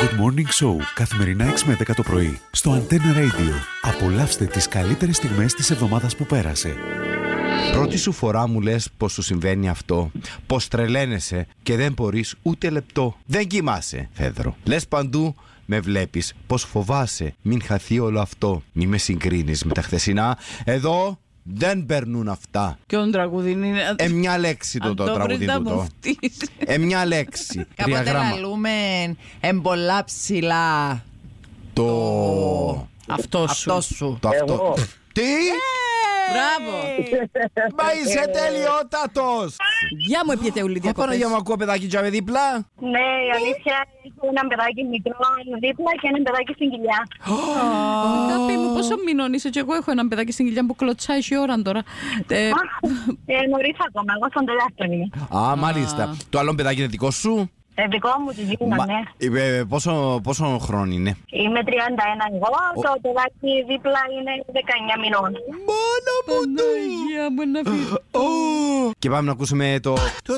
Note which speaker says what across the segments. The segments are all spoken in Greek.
Speaker 1: Good Morning Show καθημερινά 6 με 10 το πρωί στο Antenna Radio. Απολαύστε τις καλύτερες στιγμές της εβδομάδας που πέρασε.
Speaker 2: Πρώτη σου φορά μου λες πως σου συμβαίνει αυτό, πως τρελαίνεσαι και δεν μπορείς ούτε λεπτό. Δεν κοιμάσαι, Φέδρο. Λες παντού, με βλέπεις, πως φοβάσαι, μην χαθεί όλο αυτό. Μη με συγκρίνεις με τα χθεσινά. Εδώ δεν περνούν αυτά.
Speaker 3: Ποιον τραγούδι είναι.
Speaker 2: Ε, μια λέξη το,
Speaker 3: Αν
Speaker 2: το
Speaker 3: το
Speaker 2: τραγούδι
Speaker 3: βρεις να
Speaker 2: τούτο.
Speaker 3: μου φτύσεις.
Speaker 2: Ε, μια λέξη. Τρία
Speaker 4: Κάποτε
Speaker 2: γράμμα.
Speaker 4: λαλούμε εμπολά ψηλά.
Speaker 2: Το.
Speaker 3: Αυτός σου.
Speaker 4: Αυτός σου.
Speaker 2: Το αυτό.
Speaker 5: Εγώ.
Speaker 2: Τι!
Speaker 3: Μπράβο.
Speaker 2: Μα είσαι τελειότατος!
Speaker 4: Γεια μου, έπιετε ουλή
Speaker 2: Ω, Παναγία μου, ακούω παιδάκι τζάμε δίπλα.
Speaker 5: Ναι, η αλήθεια έχω ένα παιδάκι μικρό δίπλα και ένα παιδάκι στην κοιλιά.
Speaker 3: Αγάπη μου, πόσο μηνών είσαι και εγώ έχω έναν παιδάκι στην κοιλιά που κλωτσάει η ώρα τώρα. Ε,
Speaker 5: Ε, νωρίς ακόμα, εγώ στον τετάρτο είμαι.
Speaker 2: Α, μάλιστα. Το άλλο παιδάκι είναι δικό σου.
Speaker 5: Ε, δικό μου τη
Speaker 2: Μα-
Speaker 5: γίνα, ναι.
Speaker 2: ε, ε, πόσο, πόσο χρόνο είναι.
Speaker 5: Είμαι 31 εγώ, το παιδάκι δίπλα είναι 19 μηνών.
Speaker 2: Μόνο μου
Speaker 3: Παναγία μου, να φύγει.
Speaker 2: Και πάμε να ακούσουμε το... Το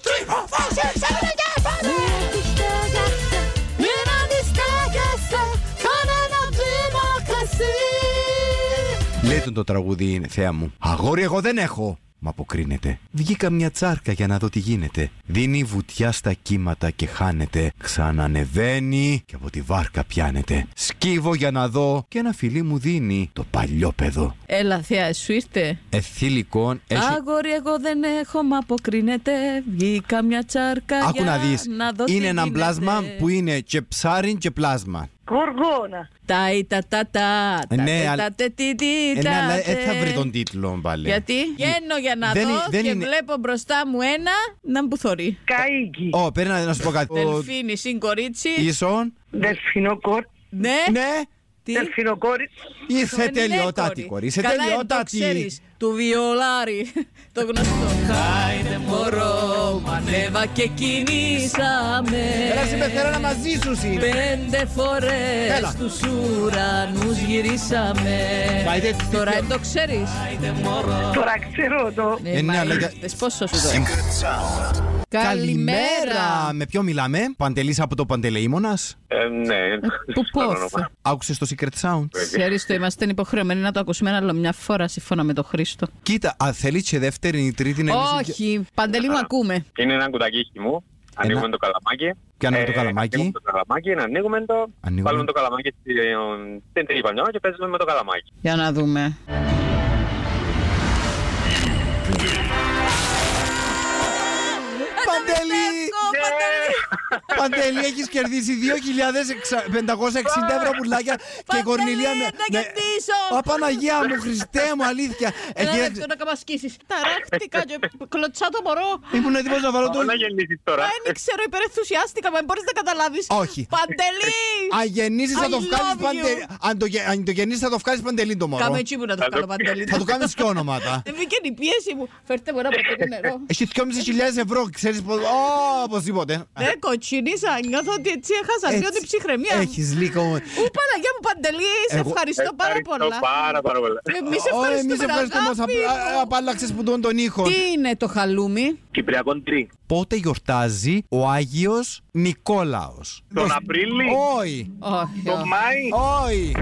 Speaker 2: Λέει τον το τραγούδι είναι θέα μου Αγόρι εγώ δεν έχω Μ' αποκρίνεται Βγήκα μια τσάρκα για να δω τι γίνεται Δίνει βουτιά στα κύματα και χάνεται Ξανανεβαίνει και από τη βάρκα πιάνεται Σκύβω για να δω Και ένα φιλί μου δίνει Το παλιόπεδο
Speaker 3: Έλα, θεία, σου ήρθε.
Speaker 2: Εθήλικον έχει...
Speaker 3: Αγόρι, εγώ δεν έχω, μα αποκρίνεται. Βγήκα μια τσάρκα.
Speaker 2: Άκου
Speaker 3: για
Speaker 2: να δεις
Speaker 3: δω τι
Speaker 2: Είναι ένα
Speaker 3: γίνεται.
Speaker 2: πλάσμα που είναι και ψάριν και πλάσμα
Speaker 5: Γουργούνα.
Speaker 3: Τα ή τα τα τα. τα,
Speaker 2: Ναι,
Speaker 3: τε,
Speaker 2: αλλά-
Speaker 3: τα, τε, τι, τι,
Speaker 2: Ε, ναι,
Speaker 3: τα,
Speaker 2: αλλά
Speaker 3: τε.
Speaker 2: δεν θα βρει τον τίτλο πάλι.
Speaker 3: Γιατί βγαίνω για να
Speaker 2: Δεν
Speaker 3: δω
Speaker 2: είναι- δεν
Speaker 3: και
Speaker 2: είναι-
Speaker 3: βλέπω μπροστά μου ένα να μπουθωρεί.
Speaker 6: Καΐκι,
Speaker 2: Ω, πέρα να σου πω κάτι. Ο
Speaker 3: Δελφίνι, συν κορίτσι.
Speaker 2: Ίσον.
Speaker 6: δελφινοκόρ,
Speaker 3: Ναι,
Speaker 2: Ναι,
Speaker 3: τι.
Speaker 6: δελφινοκόρη.
Speaker 2: είσαι
Speaker 3: Δεν είναι
Speaker 2: τελειότατη, κορίς. Είσαι
Speaker 3: Καλά, εν το
Speaker 2: τελειότατη.
Speaker 3: ξέρεις, Του βιολάρι, το γνωστό. Χάι δεν μπορώ, μανέβα και κινήσαμε.
Speaker 2: Έλα, σε πεθαίνω να μαζί σου συ.
Speaker 3: Πέντε φορές
Speaker 2: Έλα.
Speaker 3: στους ουρανούς γυρίσαμε
Speaker 2: Βάιντε, τι
Speaker 3: Τώρα
Speaker 2: πιο-
Speaker 3: δεν το ξέρεις
Speaker 6: Τώρα ξέρω το.
Speaker 3: Ναι,
Speaker 2: Ε, ναι,
Speaker 3: μα
Speaker 2: αλλά για-
Speaker 3: είδες πόσο σου το
Speaker 2: Με ποιον μιλάμε, Παντελής από το Παντελεήμονας.
Speaker 7: Ε, ναι.
Speaker 3: Που
Speaker 7: Παράνομα.
Speaker 6: ναι,
Speaker 3: πόθ
Speaker 2: Άκουσες το Secret Sound.
Speaker 3: Ξέρεις το είμαστε υποχρεωμένοι να το ακούσουμε ένα άλλο μια φορά σύμφωνα με τον Χρήστο
Speaker 2: Κοίτα, αν θέλεις και δεύτερη ή τρίτη να Ναι, είναι σε-
Speaker 3: Όχι, Παντελή μου ακούμε
Speaker 7: Είναι ένα κουτάκι χυμού. Ανοίγουμε το καλαμάκι. Ε,
Speaker 2: Πιάνουμε το καλαμάκι.
Speaker 7: Ανοίγουμε το καλαμάκι, ανοίγουμε το.
Speaker 2: Ανοίγουμε.
Speaker 7: Βάλουμε το καλαμάκι στη- στην τρύπα και παίζουμε με το καλαμάκι.
Speaker 3: Για να δούμε
Speaker 2: Παντελή! Ναι. Παντελή, έχεις κερδίσει 2.560 ευρώ πουλάκια και η Κορνηλία
Speaker 3: Παντελή,
Speaker 2: με-
Speaker 3: θα
Speaker 2: με...
Speaker 3: κερδίσω!
Speaker 2: Ω, Παναγία μου, Χριστέ μου, αλήθεια.
Speaker 3: Ένα
Speaker 2: Εκεί-
Speaker 3: λεπτό να καμασκήσεις Ταράχτηκα και κλωτσά το μωρό
Speaker 2: Ήμουν έτοιμος να βάλω το...
Speaker 7: Όλα γεμίσεις τώρα.
Speaker 3: Μα δεν ξέρω, υπερενθουσιάστηκα, μα μπορείς να καταλάβεις
Speaker 2: Όχι. Ε, Αν
Speaker 3: Παντελή!
Speaker 2: γεννήσεις θα
Speaker 3: I
Speaker 2: το βγάλεις
Speaker 3: love
Speaker 2: παντελή. Αν το, γε- αν το γεννήσεις θα το βγάλεις παντελή το ε, μωρό.
Speaker 3: Κάμε έτσι που να το
Speaker 7: Θα
Speaker 3: βγάλω
Speaker 7: το-
Speaker 3: Παντελή
Speaker 2: Θα του κάνεις και ονόματα.
Speaker 3: Δεν βγήκε η πίεση μου. Φέρτε μου ένα ποτήρι νερό.
Speaker 2: Έχει 2.500 ευρώ, ξέρεις πως... Ω, οπωσδήποτε.
Speaker 3: Ναι, κοτσινίσα. Νιώθω ότι έτσι έχασα λίγο την ψυχραιμία. μου.
Speaker 2: Έχεις λίγο...
Speaker 3: Ου, Παναγία μου, Παντελή, σε
Speaker 2: Εγώ-
Speaker 3: ευχαριστώ πάρα πολλά.
Speaker 7: Πάρα, πάρα πολλά.
Speaker 3: Εμεί
Speaker 2: Ω, εμείς
Speaker 3: ευχαριστούμε,
Speaker 2: ευχαριστούμε μας.
Speaker 3: αγάπη
Speaker 2: Απλά-
Speaker 3: μου.
Speaker 2: Απάλλαξες που τον τον ήχο.
Speaker 7: Λοιπόν.
Speaker 3: Τι είναι το χαλούμι,
Speaker 7: Κυπριακό τρί.
Speaker 2: Πότε γιορτάζει ο Άγιος Νικόλαος.
Speaker 7: Τον
Speaker 2: Το-
Speaker 7: Απρίλη,
Speaker 2: Όχι,
Speaker 3: Όχι.
Speaker 7: τον Μάη,
Speaker 2: όχι.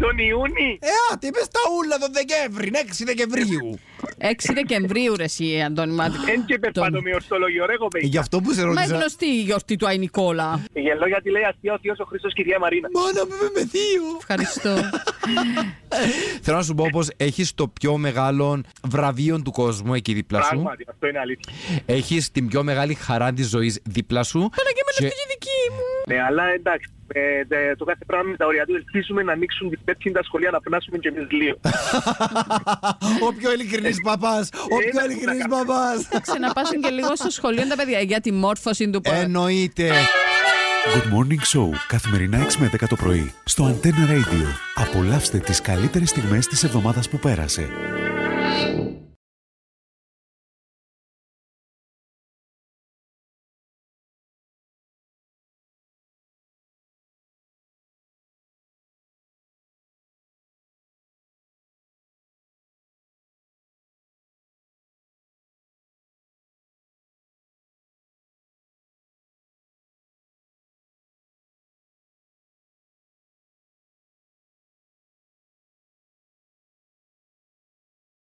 Speaker 7: τον Ιούνι.
Speaker 2: Ε, α, τι είπες τα ούλα τον Δεκέμβρη, 6 Δεκεμβρίου.
Speaker 3: 6 Δεκεμβρίου, ρε, εσύ, Αντώνη Μάτικα.
Speaker 7: Εν και περπατομή ορθολογιό, ρε
Speaker 2: Ε,
Speaker 7: κοπέι.
Speaker 2: Γι' αυτό που σε
Speaker 3: Μα
Speaker 2: ρώτησα.
Speaker 3: γνωστή η γιορτή του Άι Νικόλα.
Speaker 7: Γελώ γιατί λέει αστεία ο Θεός ο Χριστός και η Θεία Μαρίνα.
Speaker 2: Μόνο με με θείο.
Speaker 3: Ευχαριστώ.
Speaker 2: Θέλω να σου πω πως έχεις το πιο μεγάλο βραβείο του κόσμου εκεί δίπλα σου.
Speaker 7: Πράγματι, αυτό είναι αλήθεια.
Speaker 2: Έχεις την πιο μεγάλη χαρά της ζωής δίπλα σου.
Speaker 3: Παναγία μου,
Speaker 2: Και-
Speaker 3: είναι αυτή η δική μου.
Speaker 7: Ναι, αλλά εντάξει, ε, τε- το κάθε πράγμα με τα ωριά του ελπίζουμε να ανοίξουν τις πέτυχες τα σχολεία να περάσουμε και εμείς λίγο.
Speaker 2: Ο πιο ειλικρινής παπάς. Ο
Speaker 7: Ένα
Speaker 2: πιο
Speaker 7: που
Speaker 2: ειλικρινής
Speaker 7: τα
Speaker 2: παπάς.
Speaker 3: Ξαναπάσουν και λίγο στο σχολείο τα παιδιά για τη μόρφωση
Speaker 7: Ε, ναι,
Speaker 3: του πα-
Speaker 2: Εννοείται.
Speaker 1: Good Morning Show καθημερινά 6 με 10 το πρωί στο Antenna Radio. Απολαύστε τις καλύτερες στιγμές της εβδομάδας που πέρασε.